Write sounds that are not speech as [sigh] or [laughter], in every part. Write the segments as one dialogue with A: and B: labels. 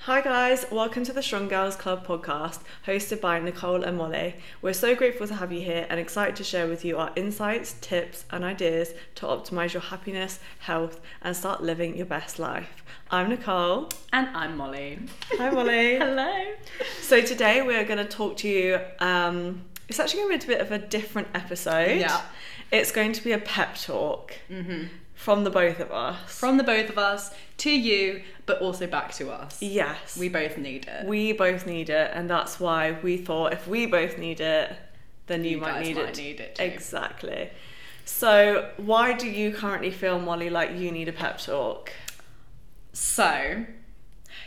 A: Hi, guys. Welcome to the Strong Girls Club podcast, hosted by Nicole and Molly. We're so grateful to have you here and excited to share with you our insights, tips, and ideas to optimize your happiness, health, and start living your best life. I'm Nicole.
B: And I'm Molly.
A: Hi, Molly.
B: [laughs] Hello.
A: so, today we are going to talk to you. Um, it's actually going to be a bit of a different episode.
B: Yeah. Mm-hmm.
A: It's going to be a pep talk from the both of us.
B: From the both of us to you, but also back to us.
A: yes.
B: We both need it.
A: we both need it and that's why we thought if we both need it then you,
B: You
A: might,
B: guys
A: need,
B: might
A: it.
B: need it too.
A: exactly so why do you currently feel molly like you need a pep talk
B: So,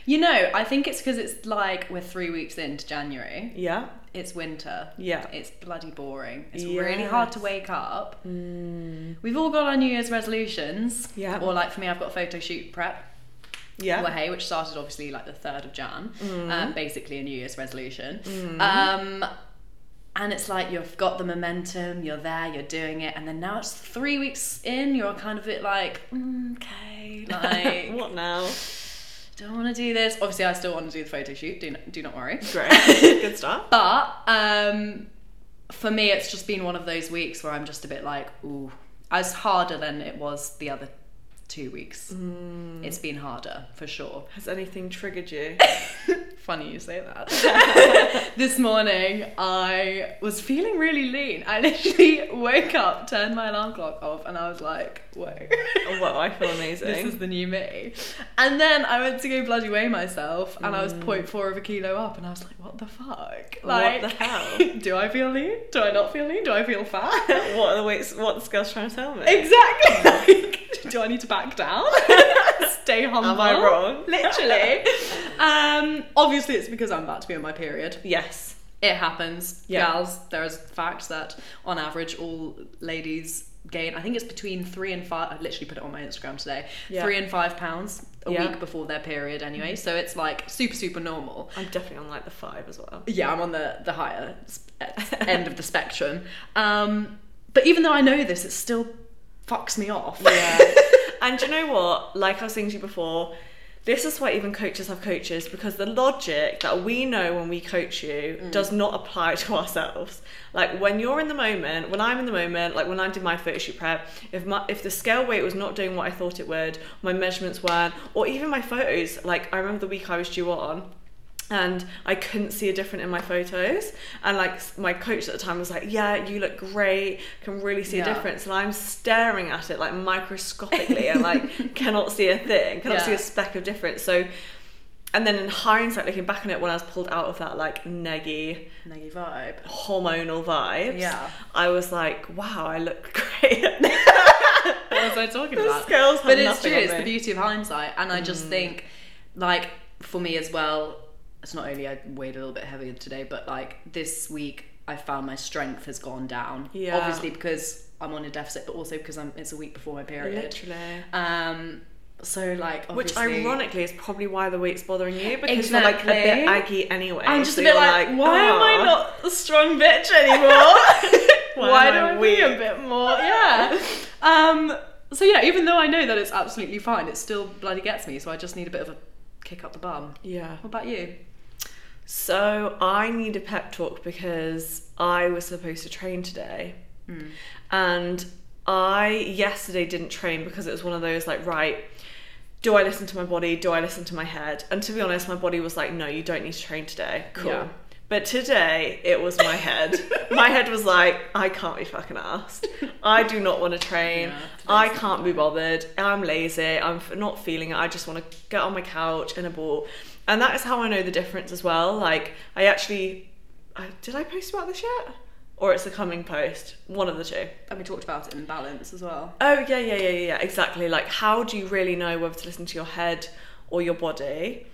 B: you know, I think it's because it's like we're three weeks into January.
A: yeah
B: It's winter.
A: yeah
B: It's bloody boring. It's really
A: Yes. Mm.
B: hard to wake up. We've all got our New Year's resolutions.
A: Yeah.
B: Or, like for me, I've got photo shoot prep.
A: yeah [laughs]
B: Well, hey, which started obviously like the 3rd of Jan, um, basically a New Year's resolution. Um, and it's like you've got the momentum, you're there, you're doing it, and then now it's three weeks in, you're kind of a bit like, mm, okay, like,
A: what now
B: don't want to do this. Obviously, I still want to do the photo shoot, do not, do not worry. [laughs]
A: great good stuff
B: But um, for me, it's just been one of those weeks where I'm just a bit like, ooh, as harder than it was the other two weeks. It's been harder for sure.
A: has anything triggered
B: [laughs]
A: you
B: Funny you say that. [laughs] this morning I was feeling really lean. I literally [laughs] woke up, turned my alarm clock off, and I was like,
A: [laughs]
B: whoa.
A: oh wow i feel amazing
B: This is the new me. And then I went to go bloody weigh myself and I was
A: Mm.
B: 0.4 of a kilo up and I was like, what the fuck? Like,
A: the hell?
B: [laughs] do I feel lean? Do I not feel lean? Do I feel fat?
A: [laughs] [laughs] what are the weights what the girl's trying to tell me
B: exactly. [laughs] Like, do I need to back down? [laughs] Stay humble.
A: am i wrong [laughs]
B: Literally. um, obviously, it's because I'm about to be on my period.
A: yes
B: It happens,
A: Yeah.
B: gals. There is facts that on average, all ladies gain. I think it's between three and five. I literally put it on my Instagram today.
A: Yeah.
B: Three and five pounds a
A: Yeah.
B: week before their period, anyway. So it's like super, super normal.
A: i'm definitely on like the five as well
B: Yeah, I'm on the the higher sp- [laughs] end of the spectrum. Um, but even though I know this, it still fucks me off.
A: Yeah.
B: [laughs]
A: and do you know what? Like I was saying to you before, this is why even coaches have coaches because the logic that we know when we coach you does not apply to ourselves. Like when you're in the moment, when I'm in the moment, like when I did my photo shoot prep, if my if the scale weight was not doing what I thought it would, my measurements weren't, or even my photos, like I remember the week I was due on, and I couldn't see a difference in my photos. And like s- my coach at the time was like, "Yeah, you look great. Can really see a
B: Yeah.
A: difference." And I'm staring at it like microscopically and
B: [laughs]
A: like cannot see a thing, cannot see
B: Yeah.
A: a speck of difference. So, and then in hindsight, looking back on it, when I was pulled out of that like neggy
B: Naggy vibe. [laughs]
A: hormonal vibes,
B: Yeah.
A: I was like, "Wow, I look [laughs] great."
B: What was I talking
A: the
B: about?
A: scales have
B: but it's
A: nothing
B: true
A: on Mm.
B: it's the
A: me.
B: beauty of hindsight and i just think like for me as well it's not only i weighed a little bit heavier today but like this week i found my strength has gone down
A: Yeah.
B: obviously because i'm on a deficit but also because i'm it's a week before my period
A: Literally.
B: um so like
A: Which
B: obviously-
A: ironically is probably why the weight's bothering you because you're like a bit
B: Exactly.
A: aggy anyway.
B: i'm just
A: so
B: a bit
A: you're
B: like, why am
A: "Ah."
B: i
A: [laughs]
B: not a strong bitch anymore
A: Why
B: why
A: am I
B: don't we a bit more? Yeah. Um. So yeah, even though I know that it's absolutely fine, it still bloody gets me. So I just need a bit of a kick up the bum.
A: Yeah.
B: What about you?
A: So I need a pep talk because I was supposed to train today. And I yesterday didn't train because it was one of those like, right, do I listen to my body? Do I listen to my head? And to be honest, my body was like, no, you don't need to train today. Cool.
B: Yeah.
A: But today it was my head. my head was like, I can't be fucking asked. I do not want to train.
B: Yeah,
A: I
B: today's
A: can't be bothered. I'm lazy. I'm f- not feeling it. I just want to get on my couch and a ball. And that is how I know the difference as well. Like, I actually, I, did I post about this yet? Or it's a coming post. One of the two.
B: And we talked about it in balance as well.
A: Oh yeah, yeah, yeah, yeah, yeah, exactly. Like, how do you really know whether to listen to your head or your body?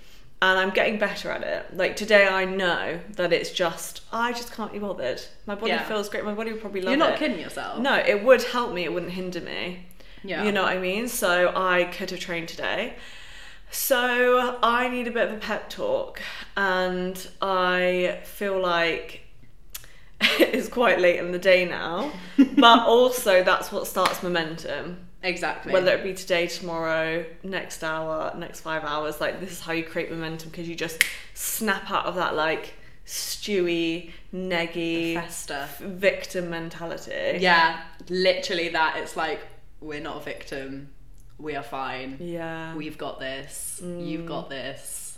A: And I'm getting better at it. Like today, I know that it's just I just can't be bothered. My body
B: Yeah.
A: feels great. My body would probably love
B: You're not
A: it.
B: kidding yourself.
A: No, it would help me. It wouldn't hinder me.
B: Yeah.
A: You know what I mean? So I could have trained today. So I need a bit of a pep talk, and I feel like [laughs]
B: [laughs]
A: it's quite late in the day now, but also that's what starts momentum.
B: Exactly.
A: whether it be today, tomorrow, next hour, next five hours, like this is how you create momentum because you just snap out of that like stewy, neggy,
B: Fester.
A: victim mentality.
B: Yeah, literally that. It's like we're not a victim. We are fine.
A: Yeah. Mm.
B: We've got this. You've got this.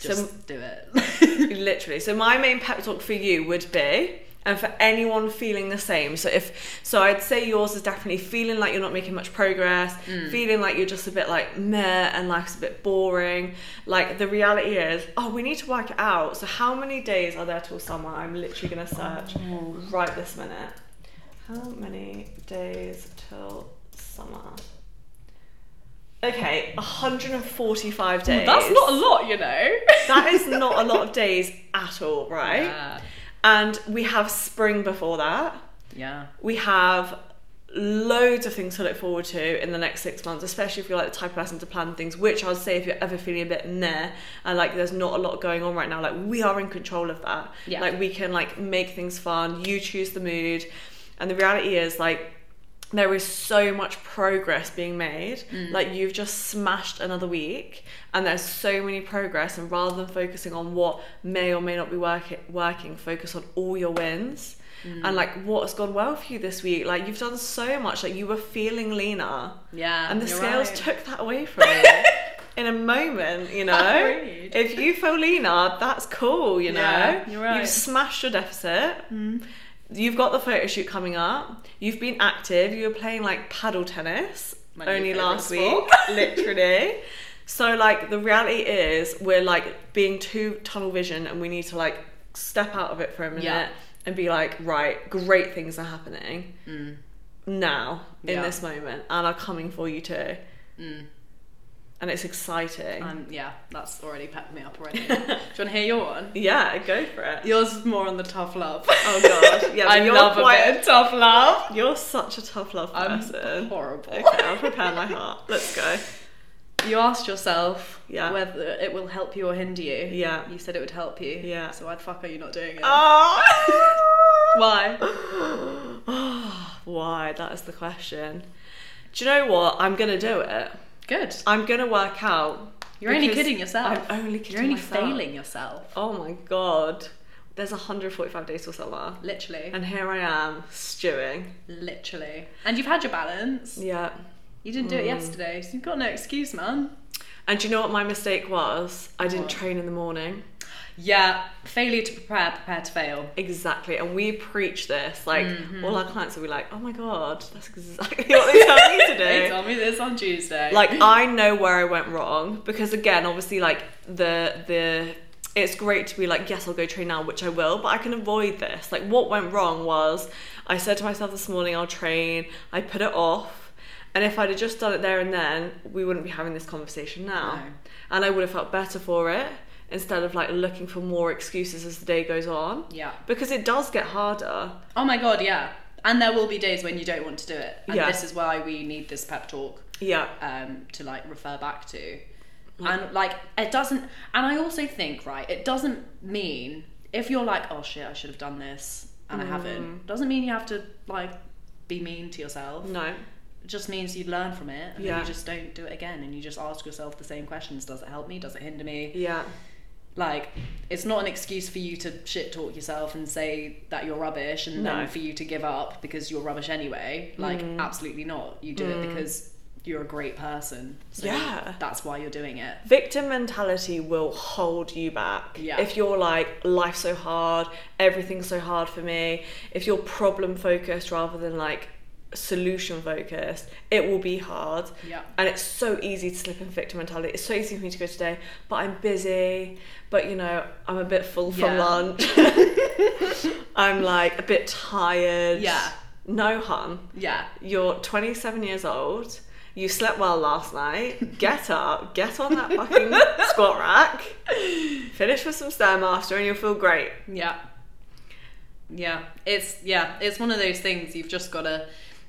B: Just
A: So
B: do
A: [laughs]
B: it.
A: literally. So my main pep talk for you would be and for anyone feeling the same. So if so I'd say yours is definitely feeling like you're not making much progress,
B: Mm.
A: feeling like you're just a bit like meh and life's a bit boring. Like the reality is, oh we need to work it out. So how many days are there till summer? I'm literally gonna search
B: Oh.
A: right this minute. How many days till summer? Okay, 145 days.
B: That's not a lot, you know.
A: That is not a lot of days at all, [laughs] right?
B: Yeah.
A: And we have spring before that.
B: yeah.
A: We have loads of things to look forward to in the next six months, especially if you're like the type of person to plan things, which I'd say if you're ever feeling a bit meh and like there's not a lot going on right now, like we are in control of that.
B: Yeah.
A: Like we can like make things fun, you choose the mood. And the reality is like there is so much progress being made. Like you've just smashed another week, and there's so many progress. And rather than focusing on what may or may not be working, working, focus on all your wins and like what has gone well for you this week. Like you've done so much. Like you were feeling leaner,
B: Yeah.
A: and the
B: you're
A: scales
B: right.
A: took that away from
B: [laughs]
A: you in a moment. You know,
B: Agreed.
A: if you feel leaner, that's cool. You know,
B: Yeah, you're right. Mm.
A: you've smashed your deficit you've got the photo shoot coming up. You've been active. You were playing like paddle tennis
B: My new
A: only
B: favourite
A: last
B: sport.
A: week,
B: [laughs]
A: literally. So like the reality is we're like being too tunnel vision and we need to like step out of it for a minute
B: Yeah.
A: and be like, right, great things are happening
B: Mm.
A: now in
B: Yeah.
A: this moment and are coming for you too.
B: Mm.
A: And it's exciting.
B: Um, yeah, that's already pepped me up
A: [laughs]
B: already. Do you want to hear your one?
A: yeah, go for it.
B: Yours is more on the tough love.
A: Oh god. Yeah,
B: [laughs] I
A: but you're
B: love
A: quite-
B: a bit of tough love.
A: You're such a tough love person.
B: I'm horrible.
A: Okay, I'll prepare my heart. Let's go.
B: You asked yourself
A: Yeah.
B: whether it will help you or hinder you.
A: Yeah.
B: You said it would help you.
A: Yeah. Ah.
B: So why the fuck are you not doing it?
A: Oh.
B: why?
A: [sighs] Why? That is the question. Do you know what? I'm gonna do it.
B: Good.
A: I'm gonna work out.
B: You're only
A: because
B: kidding yourself.
A: I'm only kidding
B: You're only
A: myself.
B: failing yourself.
A: Oh my god. There's 145 days till summer.
B: Literally.
A: And here I am, stewing.
B: Literally. And you've had your balance.
A: Yeah.
B: You didn't do
A: Mm.
B: it yesterday, so you've got no excuse, man.
A: And do you know what my mistake was? I didn't
B: What?
A: train in the morning.
B: Yeah. Failure to prepare, prepare to fail.
A: Exactly. And we preach this. Like, all our clients will be like, oh my god, that's exactly what they tell me to do.
B: They told me this on Tuesday.
A: like I know where I went wrong because again, obviously, like the the it's great to be like, yes, I'll go train now, which I will, but I can avoid this. Like what went wrong was I said to myself this morning, I'll train. I put it off, and if I'd have just done it there and then, we wouldn't be having this conversation now,
B: No.
A: and I would have felt better for it instead of like looking for more excuses as the day goes on.
B: Yeah.
A: Because it does get harder.
B: Oh my god, yeah. And there will be days when you don't want to do it. And
A: Yeah.
B: this is why we need this pep talk
A: Yeah.
B: um, to like refer back to. And like it doesn't and I also think, right, it doesn't mean if you're like, oh shit, I should have done this and I haven't, doesn't mean you have to like be mean to yourself.
A: No.
B: It just means you learn from it and then
A: Mm. Yeah.
B: you just don't do it again and you just ask yourself the same questions. Does it help me? Does it hinder me?
A: Yeah.
B: like it's not an excuse for you to shit talk yourself and say that you're rubbish and
A: No.
B: then for you to give up because you're rubbish anyway like absolutely not you do it because you're a great person so
A: Yeah.
B: that's why you're doing it
A: victim mentality will hold you back
B: Yeah.
A: if you're like life's so hard everything's so hard for me if you're problem focused rather than like solution focused it will be hard
B: Yeah.
A: and it's so easy to slip into victim mentality it's so easy for me to go today but i'm busy but you know i'm a bit full from
B: Yeah.
A: lunch [laughs] i'm like a bit tired
B: Yeah.
A: no hun
B: yeah
A: you're 27 years old. You slept well last night.
B: [laughs]
A: Get up. Get on that fucking squat rack. Finish with some stairmaster, and you'll feel great.
B: yeah yeah it's yeah it's one of those things you've just gotta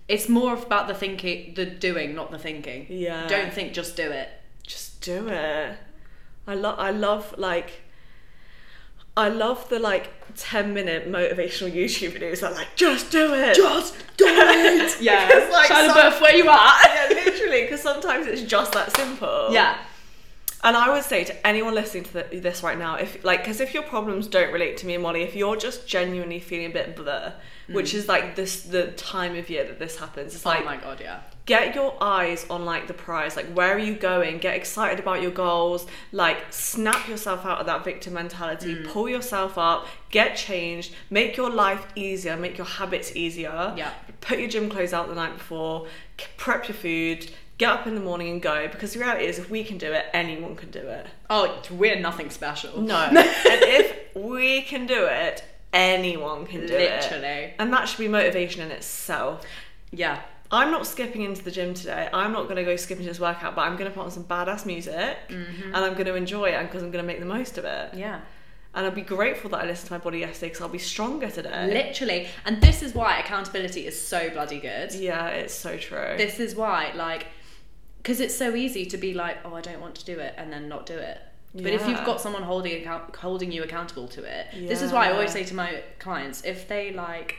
B: it's more about the thinking the doing not the thinking
A: Yeah.
B: don't think just [laughs] do it
A: Just do it. I love. I love like. I love the like 10 minute motivational YouTube videos that are like, just do it.
B: Just do
A: [laughs]
B: it. yeah.
A: Because, like,
B: Shia
A: some-
B: [laughs] LaBeouf, where you at?
A: yeah, literally, because sometimes it's just that simple.
B: Yeah.
A: And I would say to anyone listening to th this right now, if like, because if your problems don't relate to me and Molly, if you're just genuinely feeling a bit blur, which is like this the time of year that this happens, it's like
B: oh my god, yeah.
A: get your eyes on like the prize like where are you going get excited about your goals like snap yourself out of that victim mentality
B: Mm.
A: pull yourself up get changed make your life easier make your habits easier
B: Yeah.
A: put your gym clothes out the night before c- prep your food get up in the morning and go because the reality is if we can do it anyone can do it
B: Oh, we're nothing special.
A: no [laughs] and if we can do it anyone can do it
B: Literally.
A: and that should be motivation in itself
B: Yeah.
A: I'm not skipping into the gym today. I'm not going to go skip into this workout, but I'm going to put on some badass music
B: Mm-hmm.
A: and I'm going to enjoy it because I'm going to make the most of it.
B: Yeah.
A: And I'll be grateful that I listened to my body yesterday because I'll be stronger today.
B: Literally. And this is why accountability is so bloody good.
A: yeah, it's so true.
B: This is why, like, because it's so easy to be like, oh, I don't want to do it, and then not do it. But if
A: Yeah.
B: you've got someone holding account- holding you accountable to it, this is why I always
A: Yeah.
B: say to my clients if they like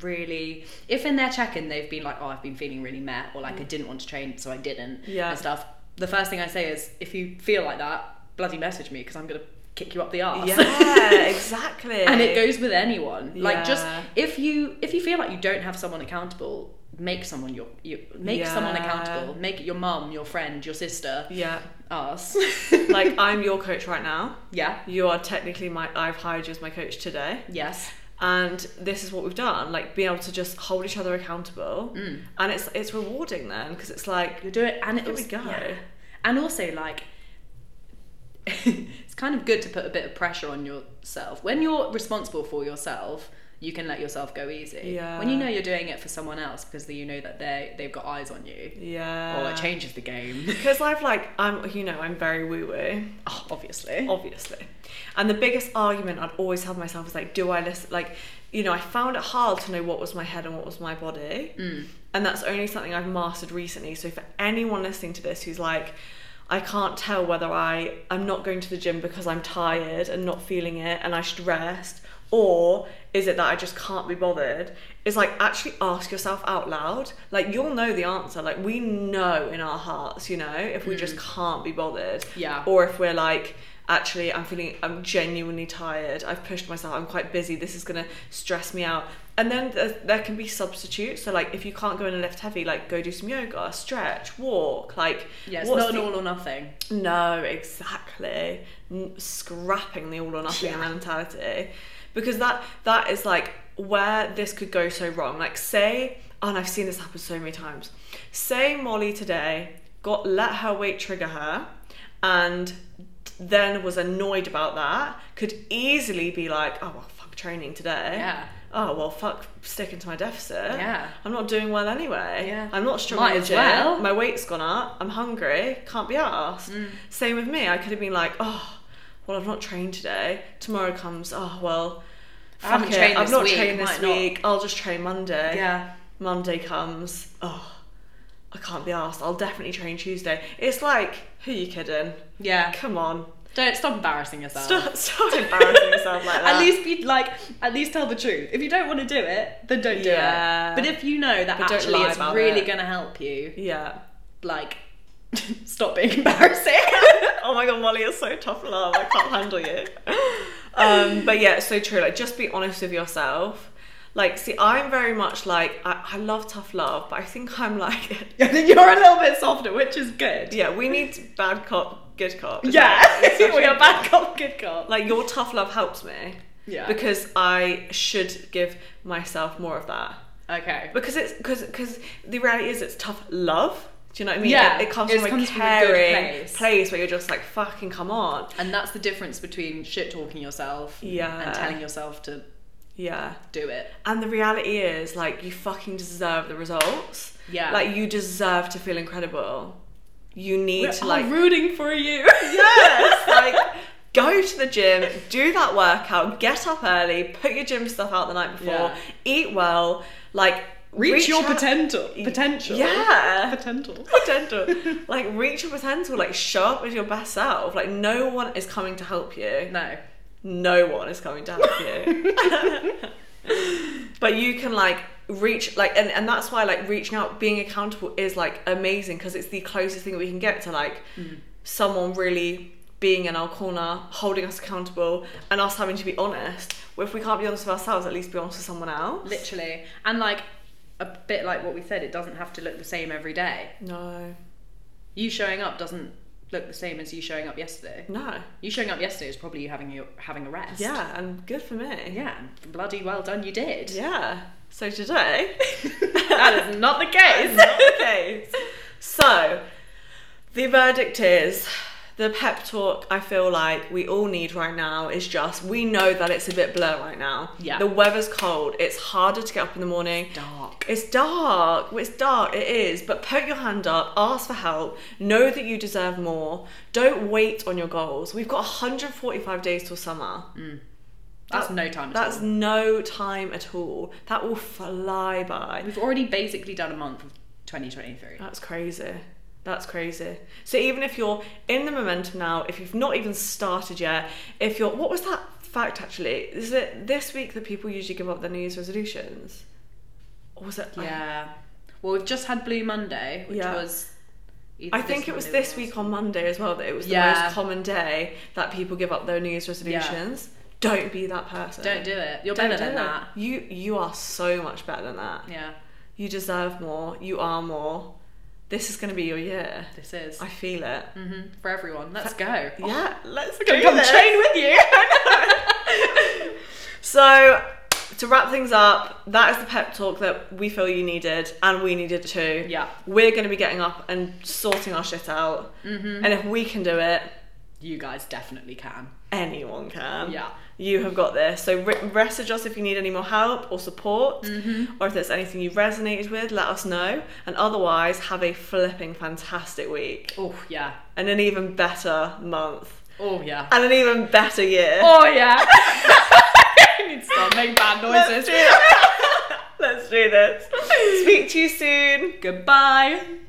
B: really if in their check-in they've been like oh i've been feeling really meh or like i didn't want to train so i
A: Mm.
B: didn't
A: Yeah.
B: and stuff the first thing i say is if you feel like that bloody message me because i'm gonna kick you up the arse [laughs]
A: yeah, [laughs] exactly.
B: and it goes with anyone like just
A: Yeah.
B: if you if you feel like you don't have someone accountable make someone your you make someone
A: Yeah.
B: accountable make it your mum your friend your sister
A: Yeah. [laughs]
B: us
A: Like, I'm your coach right now.
B: yeah
A: You are technically my, I've hired you as my coach today.
B: yes
A: And this is what we've done like, being able to just hold each other accountable.
B: Mm.
A: And it's, it's rewarding then because it's like,
B: you're doing and it
A: Here we
B: was
A: go.
B: and also like [laughs] it's kind of good to put a bit of pressure on yourself when you're responsible for yourself you can let yourself go easy
A: Yeah.
B: when you know you're doing it for someone else because you know that they they've got eyes on you
A: yeah.
B: oh it changes the game [laughs]
A: Because I've like, I'm, you know, I'm very woo woo,
B: oh, obviously
A: obviously. And the biggest argument I'd always have myself is like, do I listen? Like, you know, I found it hard to know what was my head and what was my body. And that's only something I've mastered recently. So for anyone listening to this who's like, I can't tell whether I, I'm not going to the gym because I'm tired and not feeling it and I should rest, or is it that I just can't be bothered? It's like actually ask yourself out loud. Like you'll know the answer. Like we know in our hearts, you know, if we just can't be bothered.
B: Yeah.
A: Or if we're like, actually, I'm feeling, I'm genuinely tired. I've pushed myself. I'm quite busy. This is gonna stress me out. And then there, there can be substitutes. So like, if you can't go in and lift heavy, like go do some yoga, stretch, walk. Like,
B: yeah it's
A: what's
B: not an
A: the-
B: all or nothing
A: no, exactly. N- Scrapping the all or nothing
B: Yeah.
A: mentality, because that that is like where this could go so wrong. Like say, and I've seen this happen so many times. Say Molly today got let her weight trigger her, and then was annoyed about that. Could easily be like, oh well, fuck training today.
B: Yeah.
A: Oh well, fuck sticking to my deficit.
B: Yeah.
A: I'm not doing well anyway.
B: Yeah.
A: I'm not strong in
B: Might
A: the
B: as
A: gym.
B: well. Mm.
A: My weight's gone up. I'm hungry. Can't be asked. Same with me. I could have been like, oh, well, I've not trained today. Tomorrow comes. Oh well,
B: I haven't
A: fuck it.
B: trained
A: I've
B: this
A: not
B: week,
A: trained this
B: might not."
A: week. I'll just train Monday.
B: yeah
A: Monday comes. Oh, I can't be asked. I'll definitely train Tuesday. It's like, who you kidding?
B: yeah
A: Come on.
B: Don't stop embarrassing yourself. [laughs]
A: Stop, stop embarrassing yourself like that.
B: At least be like, at least tell the truth. If you don't want to do it, then don't do
A: Yeah.
B: it. But if you know that
A: But don't
B: actually
A: lie
B: it's
A: about
B: really
A: it.
B: going to help you,
A: Yeah.
B: like, [laughs] stop being [laughs] embarrassing.
A: oh my god, Molly is so tough love. I can't handle you. Um, but yeah, it's so true. Like, just be honest with yourself. Like, see, I'm very much like I, I love tough love, but I think I'm like, [laughs]
B: I think you're a little bit softer, which is good.
A: yeah, we need bad cop, good cop. Is
B: Yeah,
A: that-
B: [laughs]
A: it's such
B: we
A: a-
B: are bad cop, good cop.
A: Like your tough love helps me
B: yeah.
A: because I should give myself more of that
B: okay.
A: because it's because because the reality is it's tough love. Do you know what I mean?
B: Yeah,
A: it, it comes
B: it
A: from a
B: comes from a good
A: caring
B: place.
A: place where you're just like, fucking come on,
B: And that's the difference between shit talking yourself
A: Yeah.
B: and telling yourself to
A: yeah.
B: do it.
A: And the reality is, like, you fucking deserve the results.
B: Yeah.
A: Like, you deserve to feel incredible. You need to, like,
B: I'm rooting for [laughs] you. [laughs]
A: yes, like, go to the gym, do that workout, get up early, put your gym stuff out the night before,
B: Yeah.
A: eat well, like,
B: Reach, your
A: out-
B: potential. Potential.
A: Yeah.
B: [laughs] Potential.
A: Potential. like, reach your potential. Like, show up as your best self. Like, no one is coming to help you.
B: No.
A: no one is coming to help you. but you can like reach like and, and that's why like reaching out being accountable is like amazing because it's the closest thing we can get to like someone really being in our corner holding us accountable and us having to be honest well, if we can't be honest with ourselves at least be honest with someone else
B: Literally. And like a bit like what we said, it doesn't have to look the same every day.
A: no
B: You showing up doesn't look the same as you showing up yesterday.
A: no
B: You showing up yesterday is probably you having your having a rest.
A: yeah and good for me
B: Yeah. Bloody well done, you did.
A: yeah so today
B: [laughs]
A: [laughs]
B: that is not the case.
A: It's [laughs] not the case. So, the verdict is the pep talk I feel like we all need right now is just we know that it's a bit blur right now.
B: Yeah.
A: The weather's cold. It's harder to get up in the morning.
B: Dark.
A: It's dark. It's dark. It is. But put your hand up, ask for help, know that you deserve more. Don't wait on your goals. We've got 145 days till summer.
B: That's
A: That-
B: no time at
A: That's
B: all.
A: no time at all. That will fly by.
B: We've already basically done a month of 2023.
A: That's crazy. That's crazy. So even if you're in the momentum now, if you've not even started yet, if you're what was that fact actually? Is it this week that people usually give up their New Year's resolutions? Or was it
B: Yeah. Well, we've just had Blue Monday, which
A: Yeah.
B: was. either
A: I think it was
B: Monday or
A: this week on Monday as well that it was the
B: Yeah.
A: most common day that people give up their New Year's resolutions. Don't be that person.
B: Don't do it. You're
A: Don't
B: better
A: do
B: than
A: it.
B: that.
A: You you are so much better than that.
B: Yeah.
A: You deserve more. You are more. This is going to be your year.
B: This is
A: I feel it.
B: hmm for everyone. Let's go.
A: Yeah, let's
B: Gonna
A: go.
B: come
A: this.
B: train with you. [laughs]
A: So, to wrap things up, that is the pep talk that we feel you needed and we needed too.
B: Yeah.
A: We're going to be getting up and sorting our shit out. Mm-hmm. And if we can do it,
B: You guys definitely can.
A: anyone can.
B: Yeah.
A: You have got this. So, re- message us if you need any more help or support,
B: Mm-hmm.
A: or if there's anything you resonated with, let us know. And otherwise, have a flipping fantastic week
B: Oh yeah.
A: and an even better month
B: Oh yeah.
A: and an even better year.
B: Oh yeah. [laughs] I need to start making bad
A: Let's
B: noises.
A: [laughs] do it. Let's do this. Speak to you soon.
B: Goodbye.